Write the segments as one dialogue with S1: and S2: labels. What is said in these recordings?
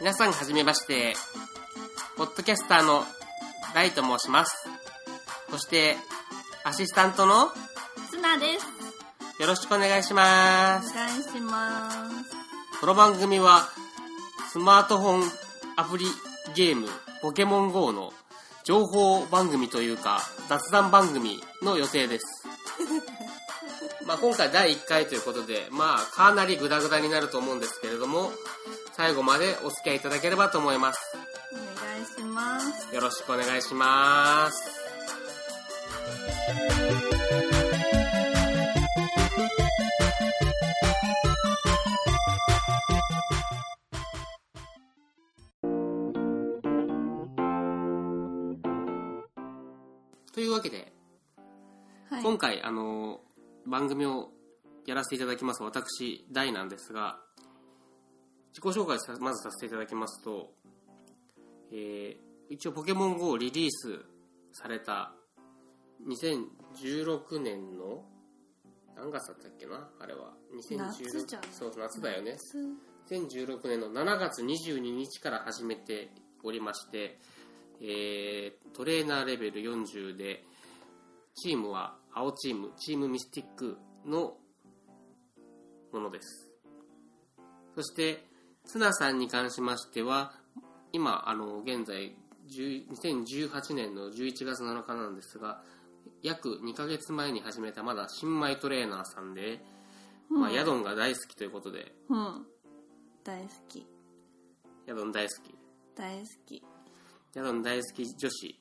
S1: 皆さんはじめまして、ポッドキャスターのライと申します。そして、アシスタントの
S2: ツナです。
S1: よろしくお願いしま
S2: お
S1: す。
S2: 願いします。
S1: この番組は、スマートフォンアプリゲームポケモン GO の情報番組というか、雑談番組の予定です。 まあ今回第1回ということで、まあかなりグダグダになると思うんですけれども、最後までお付き合いいただければと思います。
S2: お願いします。
S1: よろしくお願いします。というわけで、
S2: はい。
S1: 今回、あの、番組をやらせていただきます、私、大なんですが、自己紹介さまずさせていただきますと、えー一応、ポケモン GO をリリースされた2016年の何月だったっけなあれは。2016
S2: 夏じゃん
S1: そう、夏だよね。
S2: 夏
S1: 2016年の7月22日から始めておりまして、えートレーナーレベル40でチームは青チームチームミスティックのものですそしてツナさんに関しましては今あの現在10 2018年の11月7日なんですが約2ヶ月前に始めたまだ新米トレーナーさんで、まあ、ヤドンが大好きということで
S2: うん。大好き。
S1: ヤドン大好き。
S2: 大好き。
S1: ヤドン大好き女子。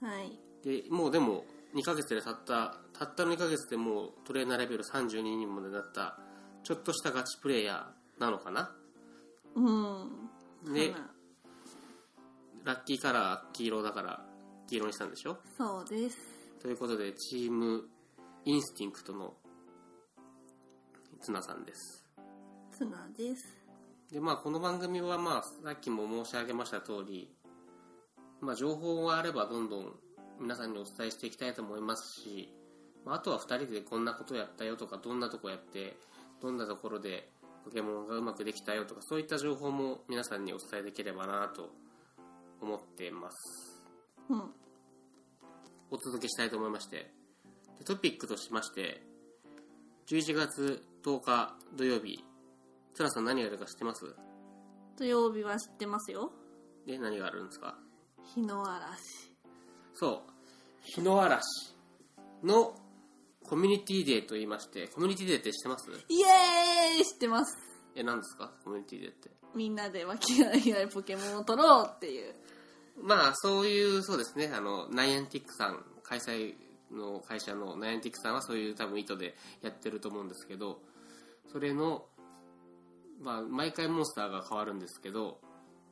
S2: はい。
S1: で、もうでも、2ヶ月でたった、たったの2ヶ月でもうトレーナーレベル32人までなった、ちょっとしたガチプレイヤーなのかな
S2: うん。
S1: で
S2: か、な
S1: ラッキーカラー黄色だから、黄色にしたんでしょ
S2: そうです。
S1: ということで、チームインスティンクトのツナさんです。
S2: ツナです。
S1: で、まあ、この番組は、まあ、さっきも申し上げました通り、まあ、情報があればどんどん皆さんにお伝えしていきたいと思いますし、まあ、あとは2人でこんなことやったよとか、どんなとこやって、どんなところでポケモンがうまくできたよとか、そういった情報も皆さんにお伝えできればなと思ってます。
S2: うん。
S1: お届けしたいと思いまして、でトピックとしまして、11月10日土曜日、つらさん何があるか知ってます
S2: 土曜日は知ってますよ。
S1: で、何があるんですか
S2: 日の嵐。
S1: そう、日の嵐のコミュニティデーと言いまして、コミュニティデーって知ってます
S2: イエーイ知ってます。
S1: え、何ですかコミュニティデーって。
S2: みんなでわけないないポケモンを取ろうっていう。
S1: まあ、そういう、そうですね、あの、ナイアンティックさん、開催の会社のナイアンティックさんはそういう多分意図でやってると思うんですけど、それの、まあ、毎回モンスターが変わるんですけど、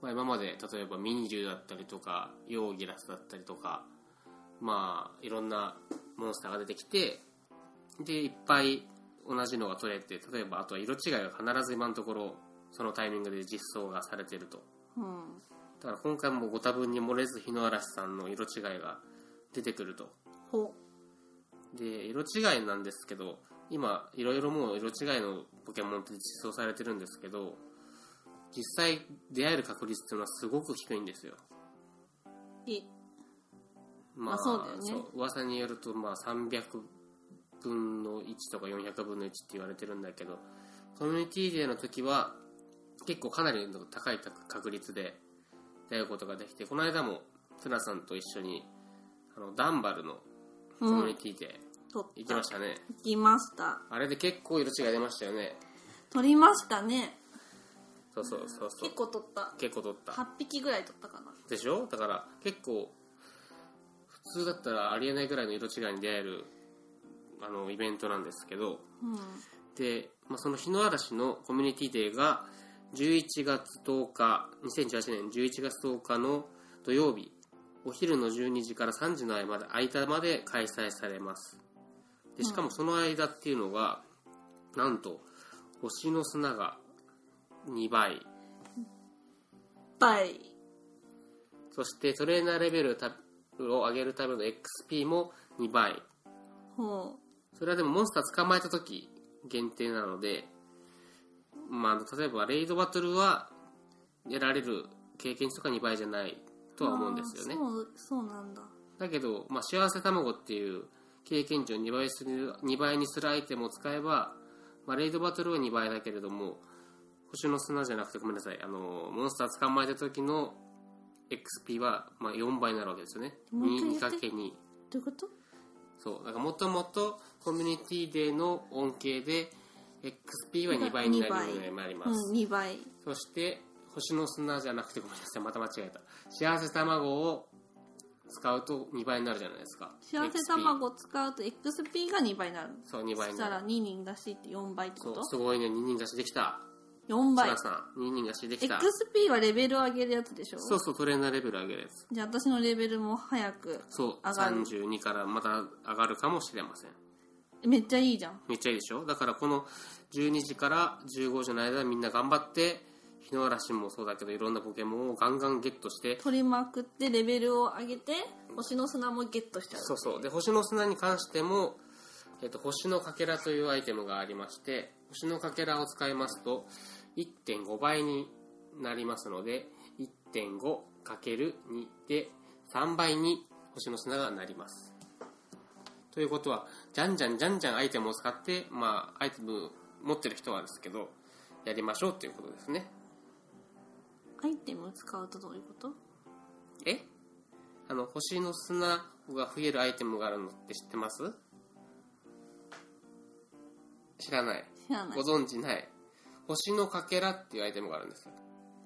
S1: まあ、今まで例えばミニリュウだったりとか、ヨーギラスだったりとか、まあ、いろんなモンスターが出てきて、で、いっぱい同じのが取れて、例えばあとは色違いが必ず今のところ、そのタイミングで実装がされてると。
S2: うん。
S1: だから今回もご多分に漏れず日の嵐さんの色違いが出てくると。
S2: ほ。
S1: で、色違いなんですけど、今、いろいろもう色違いのポケモンって実装されてるんですけど、実際出会える確率っていうのはすごく低いんですよ。
S2: い。
S1: ま
S2: まあそうだよね
S1: そう噂によると、まあ300分の1とか400分の1って言われてるんだけど、コミュニティデーの時は、結構かなりの高い確率で出会うことができて、この間も、ツナさんと一緒に、あの、ダンバルのコミュニティで
S2: 取っ
S1: 行きましたね。
S2: 行きました。
S1: あれで結構色違い出ましたよね。
S2: 取りましたね。
S1: そうそうそうそう
S2: 結。構取った。
S1: 結構取った。
S2: 8匹ぐらい取ったかな。
S1: でしょだから結構普通だったらありえないぐらいの色違いに出会えるあのイベントなんですけど
S2: うん。
S1: で、まあ、その日の嵐のコミュニティデーが11月10日2018年11月10日の土曜日お昼の12時から3時の間まで間まで開催されますでしかもその間っていうのが、なんと星の砂が2倍
S2: バイ。
S1: そしてトレーナーレベルた力を上げるための XP も2倍
S2: ほ
S1: それはでもモンスター捕まえた時限定なので、まあ、例えばレイドバトルは得られる経験値とか2倍じゃないうとは思うんですよね
S2: あーそうそうなんだ
S1: だけど、まあ、幸せ卵っていう経験値を2倍する2倍にするアイテムを使えば、まあ、レイドバトルは2倍だけれども星の砂じゃなくてごめんなさいあのモンスター捕まえた時の XP は、まあ、4倍になるわけですよね
S2: もう一回言って
S1: 2×2
S2: どういうこと
S1: そうだからもともとコミュニティデーの恩恵で XP は2倍になるようになります、
S2: うん2倍
S1: そして星の砂じゃなくてごめんなさいまた間違えた幸せ卵を使うと2倍になるじゃないですか
S2: 幸せ
S1: XP
S2: 卵使うと XP が2倍になる
S1: そう2倍
S2: そし
S1: に
S2: た
S1: な
S2: ら
S1: る
S2: 2人出しって4倍って
S1: そ
S2: こ
S1: う
S2: と
S1: すごいね2人出しできた
S2: 4
S1: 千
S2: 倍
S1: 葉さん2人出しできた
S2: XP はレベル上げるやつでしょ
S1: そうそうトレーナーレベル上げるやつ
S2: じゃあ私のレベルも早く
S1: そう
S2: 上がる
S1: 32からまた上がるかもしれません
S2: めっちゃいいじゃん
S1: めっちゃいいでしょだからこの12時から15時の間みんな頑張って日の嵐もそうだけどいろんなポケモンをガンガンゲットして
S2: 取りまくってレベルを上げて星の砂もゲットしちゃう
S1: そうそうで星の砂に関しても、えっと星のかけらというアイテムがありまして星のかけらを使いますと1.5倍になりますので 1.5×2 で3倍に星の砂がなりますということはじゃんじゃんじゃんじゃんアイテムを使ってまあアイテム持ってる人はですけどやりましょうということですね
S2: アイテムを使うとどういうこと
S1: えあの星の砂が増えるアイテムがあるのって知ってます知らない
S2: 知らない
S1: ご存知ない星のかけらっていうアイテムがあるんですよ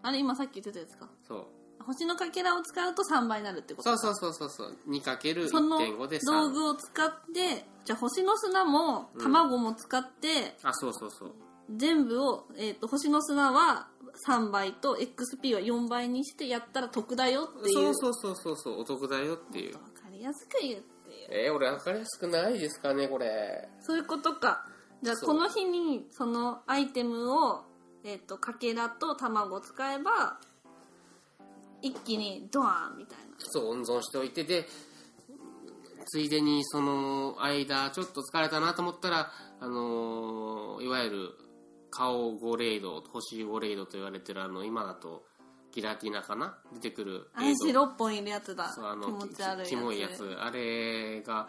S2: あれ今さっき言ってたやつか
S1: そう
S2: 星のかけらを使うと3倍になるってこと
S1: そうそうそうそうそう
S2: その
S1: 2×1.5 で
S2: 道
S1: 3
S2: 具を使ってじゃあ星の砂も卵も使って、
S1: あそうそうそう
S2: 全部を、えー、と星の砂は3倍と XP は4倍にしてやったら得だよっていう
S1: そうそうそうそうそうお得だよっていう
S2: 分かりやすく言うっていう
S1: えー、俺分かりやすくないですかねこれ
S2: そういうことかじゃあ
S1: そう
S2: この日にそのアイテムを、えー、とかけらと卵を使えば一気にドアーンみたいな
S1: そう温存しておいてでついでにその間ちょっと疲れたなと思ったらあのーいわゆる顔5レイド星5レイドと言われてるあの今だとギラティナかな出てくる
S2: あ
S1: レ
S2: れ
S1: イド
S2: 白っぽいやつだ
S1: そうあの
S2: 気持ち悪いやつ
S1: キモいやつあれが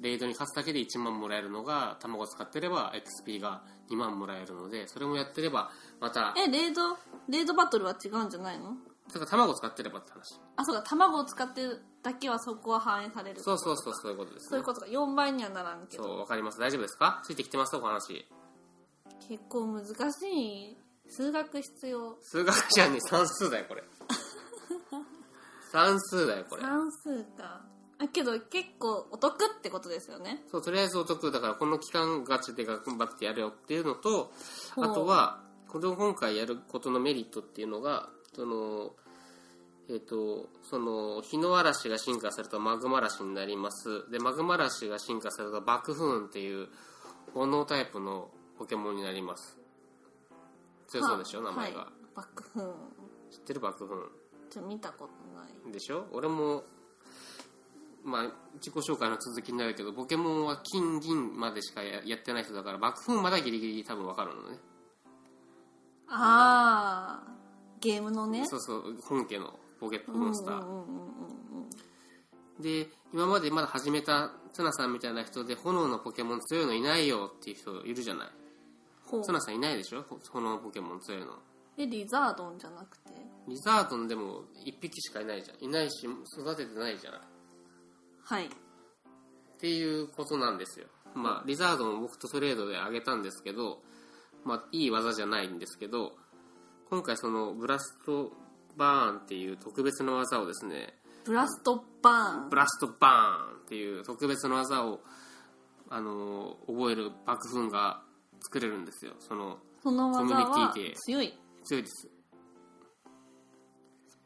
S1: レイドに勝つだけで1万もらえるのが卵使ってれば XP が2万もらえるのでそれもやってればまた
S2: えレードレードバトルは違うんじゃないの
S1: だから卵使ってればって話
S2: あそうか卵を使ってるだけはそこは反映される
S1: そうそうそうそういうことです、ね、
S2: そういうことか4倍にはならんけ
S1: そ
S2: ど
S1: うわかります大丈夫ですかついてきてますお話
S2: 結構難しい数学必要
S1: 数学じゃねえ算数だよこ れ算数だよこれ
S2: 算数かあけど結構お得ってことですよね
S1: そうとりあえずお得だからこの期間ガチで頑張ってやるよっていうのと
S2: ほう
S1: あとはこの今回やることのメリットっていうのがそのえっ、とその日の嵐が進化するとマグマ嵐になりますでマグマ嵐が進化すると爆風雲っていう炎タイプのポケモンになります強そうでしょ名前が、
S2: はい、爆風雲
S1: 知ってる爆風雲
S2: ちょ見たことない
S1: でしょ俺もまあ自己紹介の続きになるけどポケモンは金銀までしかややってない人だから爆風まだギリギリ多分わかるのね
S2: ああゲームのね
S1: そうそう本家のポケットモンスター、
S2: うんうんうんうんうん
S1: で今までまだ始めたツナさんみたいな人で炎のポケモン強いのいないよっていう人いるじゃない
S2: ほう
S1: ツナさんいないでしょほ炎のポケモン強いの
S2: えリザードンじゃなくて
S1: リザードンでも1匹しかいないじゃんいないし育ててないじゃない
S2: はい
S1: っていうことなんですよ。まあ、リザードも僕とトレードで上げたんですけど、まあ、いい技じゃないんですけど、今回そのブラストバーンっていう特別な技をですね、
S2: ブラストバーン
S1: ブラストバーンっていう特別な技を、あのー覚える爆風が作れるんですよ。その、
S2: その技は
S1: コミュニティで
S2: 強い
S1: 強いです。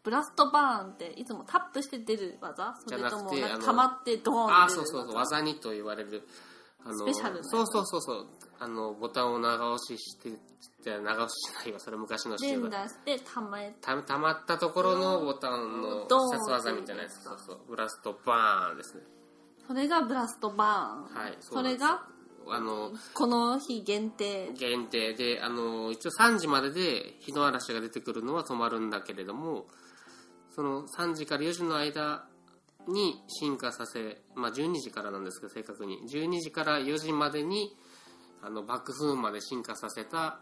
S2: ブラストバーンっていつもタップして出る技それとも
S1: じゃなくて
S2: なん
S1: あの
S2: か溜まってドーン
S1: ああ、
S2: って出る
S1: そうそうそう、技にと言われる、あの
S2: スペシャルな
S1: そうそうそうそうあのボタンを長押ししてじゃあ長押ししないわそれ昔の
S2: 連
S1: が
S2: 打してたまえ
S1: たたまったところのボタンの
S2: ドーン
S1: 必殺技みたいなやつそうそうブラストバーンですね
S2: それがブラストバーン、
S1: はいそ
S2: そ
S1: な
S2: う
S1: んで
S2: れ
S1: す
S2: が
S1: あの
S2: この日限定
S1: 限定であの一応3時までで日の嵐が出てくるのは止まるんだけれどもその3時から4時の間に進化させ、まあ、12時からなんですけど正確に12時から4時までにあの幕府まで進化させた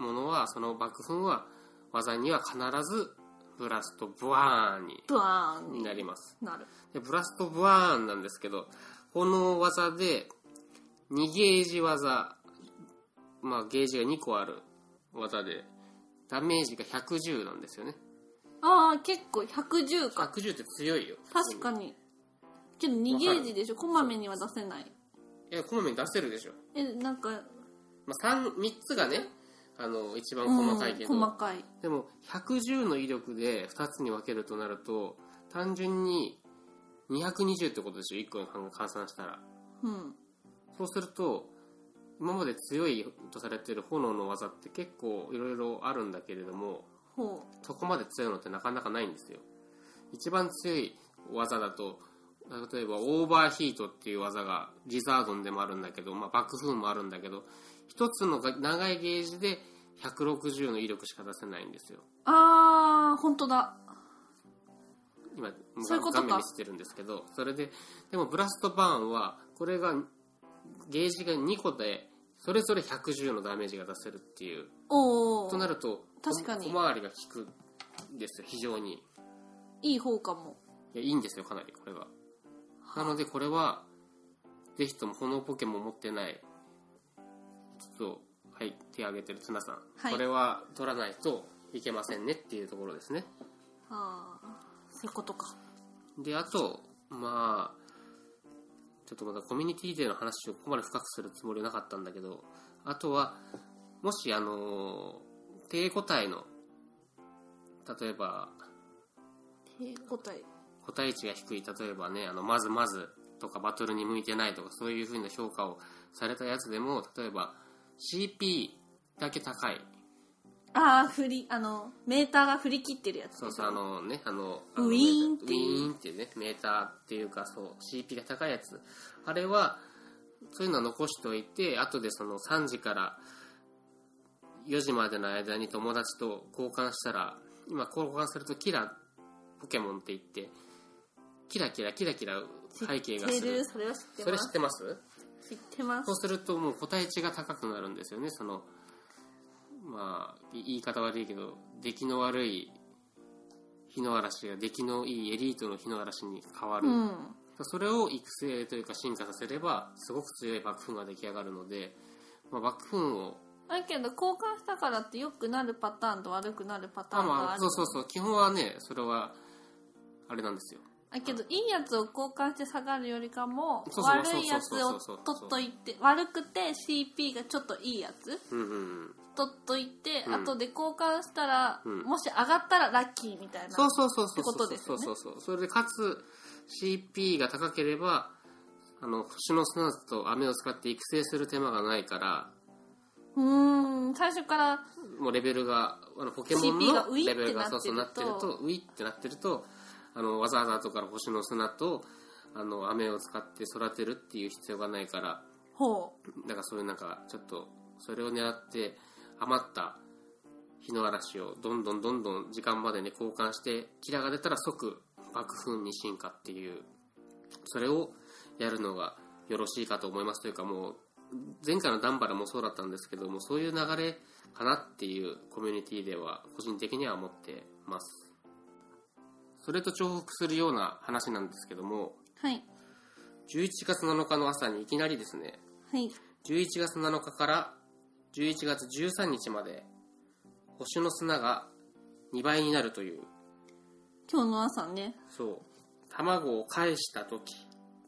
S1: ものはその幕府は技には必ずブラストブワーンに
S2: ブワーン
S1: に
S2: に
S1: なります
S2: なる
S1: でブラストブワーンなんですけどこの技で2ゲージ技まあゲージが2個ある技でダメージが110なんですよね
S2: ああ結構110か
S1: 110って強いよ
S2: 確かにけど2ゲージでしょこまめには出せない
S1: いやこまめに出せるでしょ、
S2: えなんか
S1: まあ、3, 3つがねあの一番
S2: うん
S1: 細かいけど、
S2: 細かい
S1: でも110の威力で2つに分けるとなると単純に220ってことでしょ1個に換算したら
S2: うん
S1: そうすると今まで強いとされてる炎の技って結構いろいろあるんだけれども
S2: ほ
S1: そこまで強いのってなかなかないんですよ一番強い技だと例えばオーバーヒートっていう技がリザードンでもあるんだけど、まあ、バックフーンもあるんだけど一つのが長いゲージで160の威力しか出せないんですよ
S2: うああ本当だ
S1: 今
S2: そういうこと
S1: 画
S2: か
S1: 面見せてるんですけどそれででもブラストバーンはこれがゲージが2個でそれぞれ110のダメージが出せるっていう
S2: おお
S1: となると
S2: 確かに
S1: 小回りが効くんですよ非常に
S2: いい方かも
S1: いやいいんですよかなりこれがなのでこれはぜひとも炎ポケモン持ってないちょっとはい手挙げてる綱さん、
S2: はい
S1: これは取らないといけませんねっていうところですね
S2: ああそういうことか
S1: であとまあちょっとまだコミュニティでの話をここまで深くするつもりはなかったんだけどあとはもしあの低個体の例えば
S2: 手答え
S1: 個体値が低い例えばねあのまずまずとかバトルに向いてないとかそういう風な評価をされたやつでも例えば CP だけ高い
S2: ああ振りあのメーターが振り切ってるやつ
S1: そ
S2: で
S1: う
S2: し
S1: そうあ
S2: ょ
S1: のねあの
S2: ウィーンって
S1: ウ
S2: い
S1: ィ
S2: う
S1: ーンっていうねメーターっていうかそう CP が高いやつあれはそういうのは残しておいて後でその3時から4時までの間に友達と交換したら今交換するとキラポケモンって言ってキラキラキラキラ背景がす
S2: 知って
S1: る
S2: るそれは知って
S1: それ
S2: ま
S1: 知っ
S2: す
S1: てます
S2: 知ってま
S1: そう
S2: す
S1: するともう個体値が高くなるんですよねそのまあい言い方悪いけど出来の悪い火の嵐が出来のいいエリートの火の嵐に変わる、
S2: うん
S1: それを育成というか進化させればすごく強い幕府が出来上がるので、まあ、幕府を
S2: だけど交換したからって良くなるパターンと悪くなるパタ
S1: あ
S2: ーンが
S1: ま
S2: あ
S1: あ
S2: る
S1: そうそうそう基本はねそれはあれなんですよ
S2: だけどいいやつを交換して下がるよりかも
S1: そうそう
S2: 悪いやつ
S1: そ
S2: を
S1: うそうそうそう
S2: 取っといて悪くて CP がちょっといいやつ
S1: うんうんうん
S2: 取っといて、
S1: うん
S2: 後で交換したら、
S1: うん
S2: もし上がったらラッキーみたいな
S1: そうそうそう
S2: っ
S1: そ
S2: て
S1: う
S2: こ
S1: そ
S2: と
S1: う
S2: です
S1: そ
S2: よ
S1: う
S2: ね
S1: そうそうそれでかつ CP が高ければあの星の砂と飴を使って育成する手間がないから
S2: うーん最初から
S1: もうレベルがあのポケモン
S2: CP が
S1: の
S2: ウィ
S1: レベルが
S2: ってなってると
S1: そうそうなってるとウィってなってるとあのわざわざ後から星の砂とあの飴を使って育てるっていう必要がないから
S2: ほう
S1: だからそういうなんかちょっとそれを狙って余った日の嵐をどんどんどんどん時間までに交換してキラが出たら即爆風に進化っていうそれをやるのがよろしいかと思いますというかもう前回のダンバラもそうだったんですけどもそういう流れかなっていうコミュニティでは個人的には思ってますそれと重複するような話なんですけども
S2: はい
S1: 11月7日の朝にいきなりですね
S2: はい
S1: 11月7日から11月13日まで星の砂が2倍になるという
S2: 今日の朝ね
S1: そう卵を返した時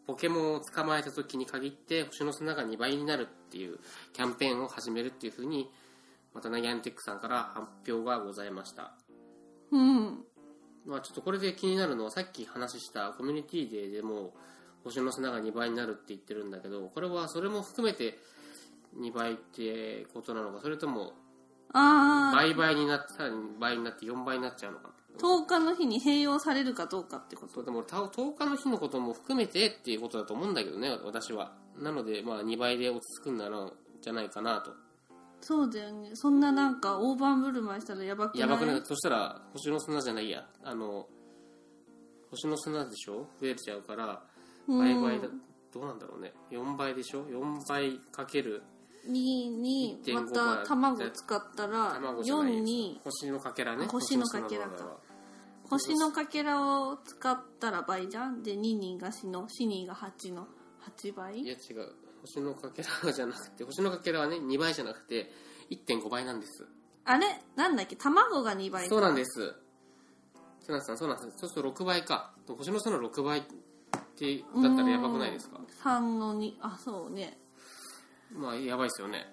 S1: ポケモンを捕まえた時に限って星の砂が2倍になるっていうキャンペーンを始めるっていうふうにまたナギャンテックさんから発表がございました
S2: うん
S1: まあ、ちょっとこれで気になるのはさっき話したコミュニティデーでも星の砂が2倍になるって言ってるんだけどこれはそれも含めて2倍ってことなのかそれとも
S2: ああ
S1: 倍倍になってさらに倍になって4倍になっちゃうのか
S2: 10日の日に併用されるかどうかってこ
S1: そ
S2: と
S1: れでもた10日の日のことも含めてっていうことだと思うんだけどね私はなのでまあ2倍で落ち着くんだなじゃないかなと
S2: そうだよねそんななんか大盤振る舞いしたらやばくない
S1: やばくないそしたら星の砂じゃないやあの星の砂でしょ増えちゃうから
S2: うん
S1: 倍倍だ、どうなんだろうね4倍でしょ4倍かける
S2: にに
S1: 1.5
S2: また卵使ったら
S1: 卵じゃないや
S2: 4
S1: つ
S2: に
S1: 星のかけらね
S2: 星のかけらか
S1: 星の砂の場合は
S2: 星のかけらを使ったら倍じゃんで2人が死の死人が8の8
S1: い
S2: 倍
S1: や違う星のかけらじゃなくて星のかけらはね2倍じゃなくて1.5倍なんです
S2: あれなんだっけ卵が2倍
S1: そうなんですセナさんそうなんですそうすると6倍か星の砂の6倍ってだったらやばくないですか
S2: 3の2あそうね
S1: まあやばいですよね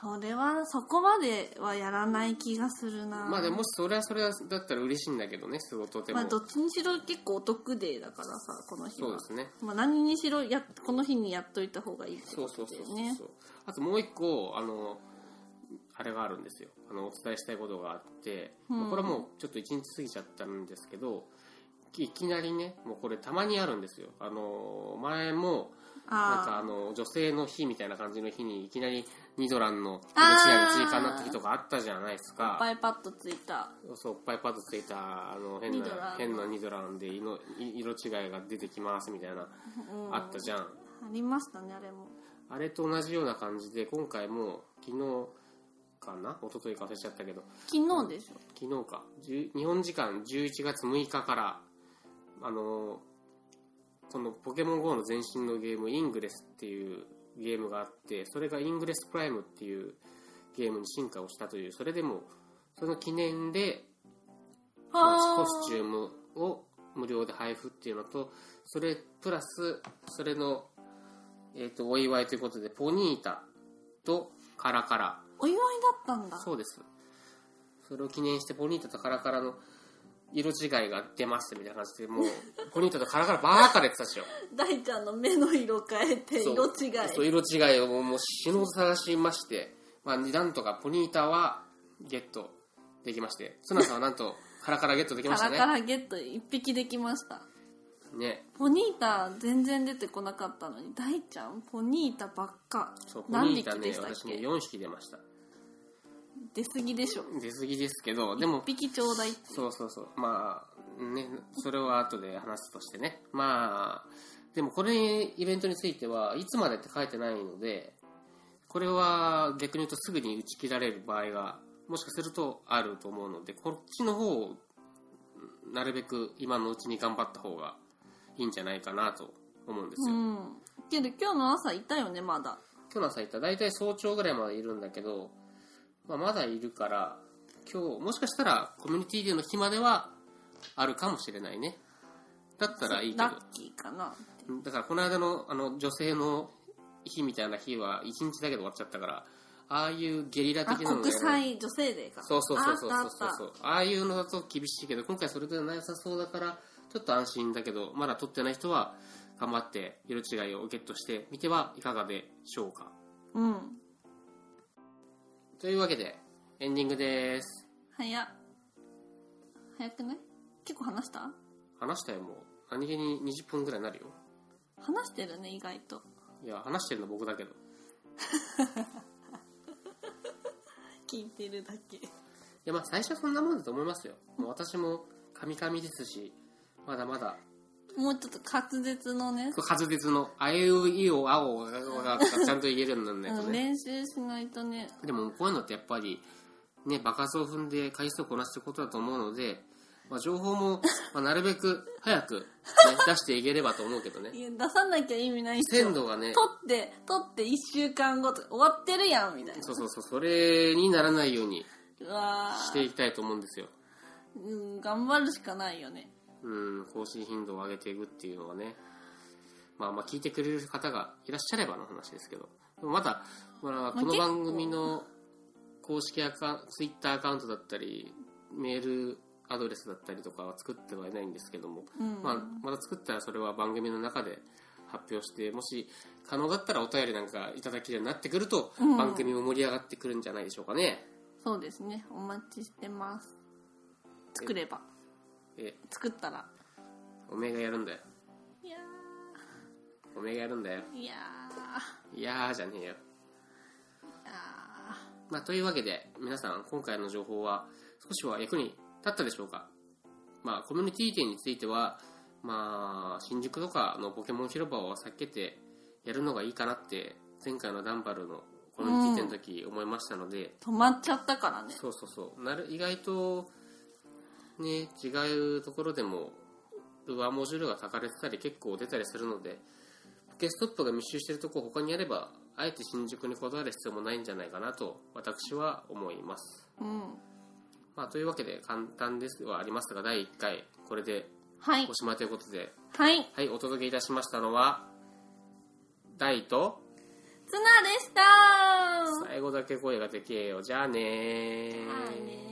S2: それはそこまではやらない気がするな
S1: まあでももしそれはそれはだったら嬉しいんだけどね仕事でも、
S2: まあどっちにしろ結構お得デーだからさこの日
S1: そう
S2: は
S1: ですね
S2: まあ、何にしろやこの日にやっといた方がいいって
S1: そ
S2: こ
S1: うそ
S2: と
S1: うそ
S2: だ
S1: うそう
S2: よ
S1: そう、
S2: ね
S1: あともう一個あのあれがあるんですよあのお伝えしたいことがあって、
S2: うん
S1: まあこれはもうちょっと1日過ぎちゃったんですけどいきなりねもうこれたまにあるんですよあの前もなんかあ
S2: あ
S1: の女性の日みたいな感じの日にいきなりニドランのロ
S2: あー
S1: シアに追加になった日とかあったじゃないですか
S2: あバイパッドついた
S1: そうおっぱいパッドついたあの変
S2: ニドラ
S1: な
S2: ン
S1: 変なニドランで色色違いが出てきますみたいな、
S2: うん
S1: あったじゃん
S2: ありましたねあれも
S1: あれと同じような感じで今回も昨日かな一昨日か忘れちゃったけど
S2: 昨日でしょ
S1: 昨日か10日本時間11月6日からあのこの「ポケモン GO」の前身のゲーム「イングレス」っていうゲームがあってそれが「イングレスプライム」っていうゲームに進化をしたというそれでもその記念でコスチュームを無料で配布っていうのとそれプラスそれの、えー、とお祝いということでポニータとカラカラ
S2: お祝いだったんだ
S1: そうですそれを記念してポニータとカラカラの色違いが出ましたみたいな感じでもうポニータとカラカラばーかで言ってたでしょ
S2: 大ちゃんの目の色変えて
S1: そう
S2: 色違い
S1: そう色違いをもう死ぬほど探しまして、まあ、なんとかポニータはゲットできましてツナさんはなんとカラカラゲットできました
S2: カラ
S1: ね
S2: カラゲット一匹できました
S1: ね
S2: ポニータ全然出てこなかったのに大ちゃんポニータばっか
S1: そうポ
S2: 何
S1: ニー
S2: 匹
S1: タ
S2: で
S1: ね
S2: したっ
S1: 私ね
S2: け、
S1: 4匹出ました
S2: 出過ぎでしょ
S1: 出過ぎですけどでも
S2: 一匹ちょうだいって
S1: そうそうそうまあねそれは後で話すとしてねまあでもこれイベントについてはいつまでって書いてないのでこれは逆に言うとすぐに打ち切られる場合がもしかするとあると思うのでこっちの方をなるべく今のうちに頑張った方がいいんじゃないかなと思うんです
S2: う
S1: よ、
S2: んけど今日の朝いたよねまだ
S1: 今日の朝行った大体早朝ぐらいまでいるんだけど、まあ、まだいるから今日もしかしたらコミュニティでの日まではあるかもしれないねだったらいいけど
S2: ラッキーかな
S1: だからこの間のあの女性の日みたいな日は1日だけで終わっちゃったからああいうゲリラ
S2: あ
S1: 的なので
S2: 国際女性デーか
S1: そうそうそうそう
S2: あ
S1: そ
S2: っ
S1: う
S2: たあっ
S1: そう
S2: た
S1: ああいうのだと厳しいけど今回それではなさそうだからちょっと安心だけどまだ取ってない人は頑張って色違いをゲットしてみてはいかがでしょうか
S2: うん
S1: というわけでエンディングです
S2: 早っ早くない結構話した
S1: 話したよもう何気に20分ぐらいになるよ
S2: 話してるね意外と
S1: いや話してるの僕だけど
S2: 聞いてるだけ
S1: いやまあ最初はそんなもんだと思いますよもう私もカミカミですしまだまだ
S2: もうちょっと滑舌のね
S1: 滑舌のあいういおあおがちゃんと言えるようにならないと
S2: うん
S1: ね
S2: 練習しないとね
S1: でもこういうのってやっぱりね場数を踏んで回数をこなすってことだと思うので、まあ、情報も、まあ、なるべく早く、ね、 出していければと思うけどね
S2: いや出さなきゃ意味ないっしょ
S1: 鮮
S2: 取
S1: 度がね
S2: って取って1週間後とか終わってるやんみたいな
S1: そうそうそうそれにならないように
S2: うわ
S1: し
S2: ー
S1: ていきたいと思うんですよ
S2: うん頑張るしかないよね
S1: うん、更新頻度を上げていくっていうのはね、まあまあ聞いてくれる方がいらっしゃればの話ですけど、でもまだ、まあ、この
S2: 結構
S1: 番組の公式アカ、ツイッターアカウントだったり、メールアドレスだったりとかは作ってはいないんですけども、
S2: うん
S1: まあ、まだ作ったらそれは番組の中で発表してもし可能だったらお便りなんかいただけるようになってくると、
S2: うん
S1: 番組も盛り上がってくるんじゃないでしょうかね
S2: そうですねお待ちしてます作れば
S1: え
S2: 作ったら
S1: おめえがやるんだよ
S2: いや
S1: おめえがやるんだよ
S2: ーいや
S1: いやーじゃねえよ
S2: ーいや
S1: まあ、というわけで、皆さん、今回の情報は少しは役に立ったでしょうかまあ、コミュニティ店については、まあ、新宿とかのポケモン広場を避けてやるのがいいかなって、前回のダンバルのコミュニティ店の時思いましたので、
S2: ー止まっちゃったからね
S1: そうそうそう、なる、意外と、ね、違うところでも、上モジュールが炊かれてたり結構出たりするので、ポケストップが密集してるとこ他にやれば、あえて新宿にこだわる必要もないんじゃないかなと、私は思います。
S2: うん
S1: まあ、というわけで簡単ですはありますが、第1回、これで
S2: はい
S1: おしまいということで、
S2: はい
S1: はい、お届けいたしましたのは、大と、
S2: ツナでした
S1: 最後だけ声がでけえよ。じゃあねー。
S2: はいね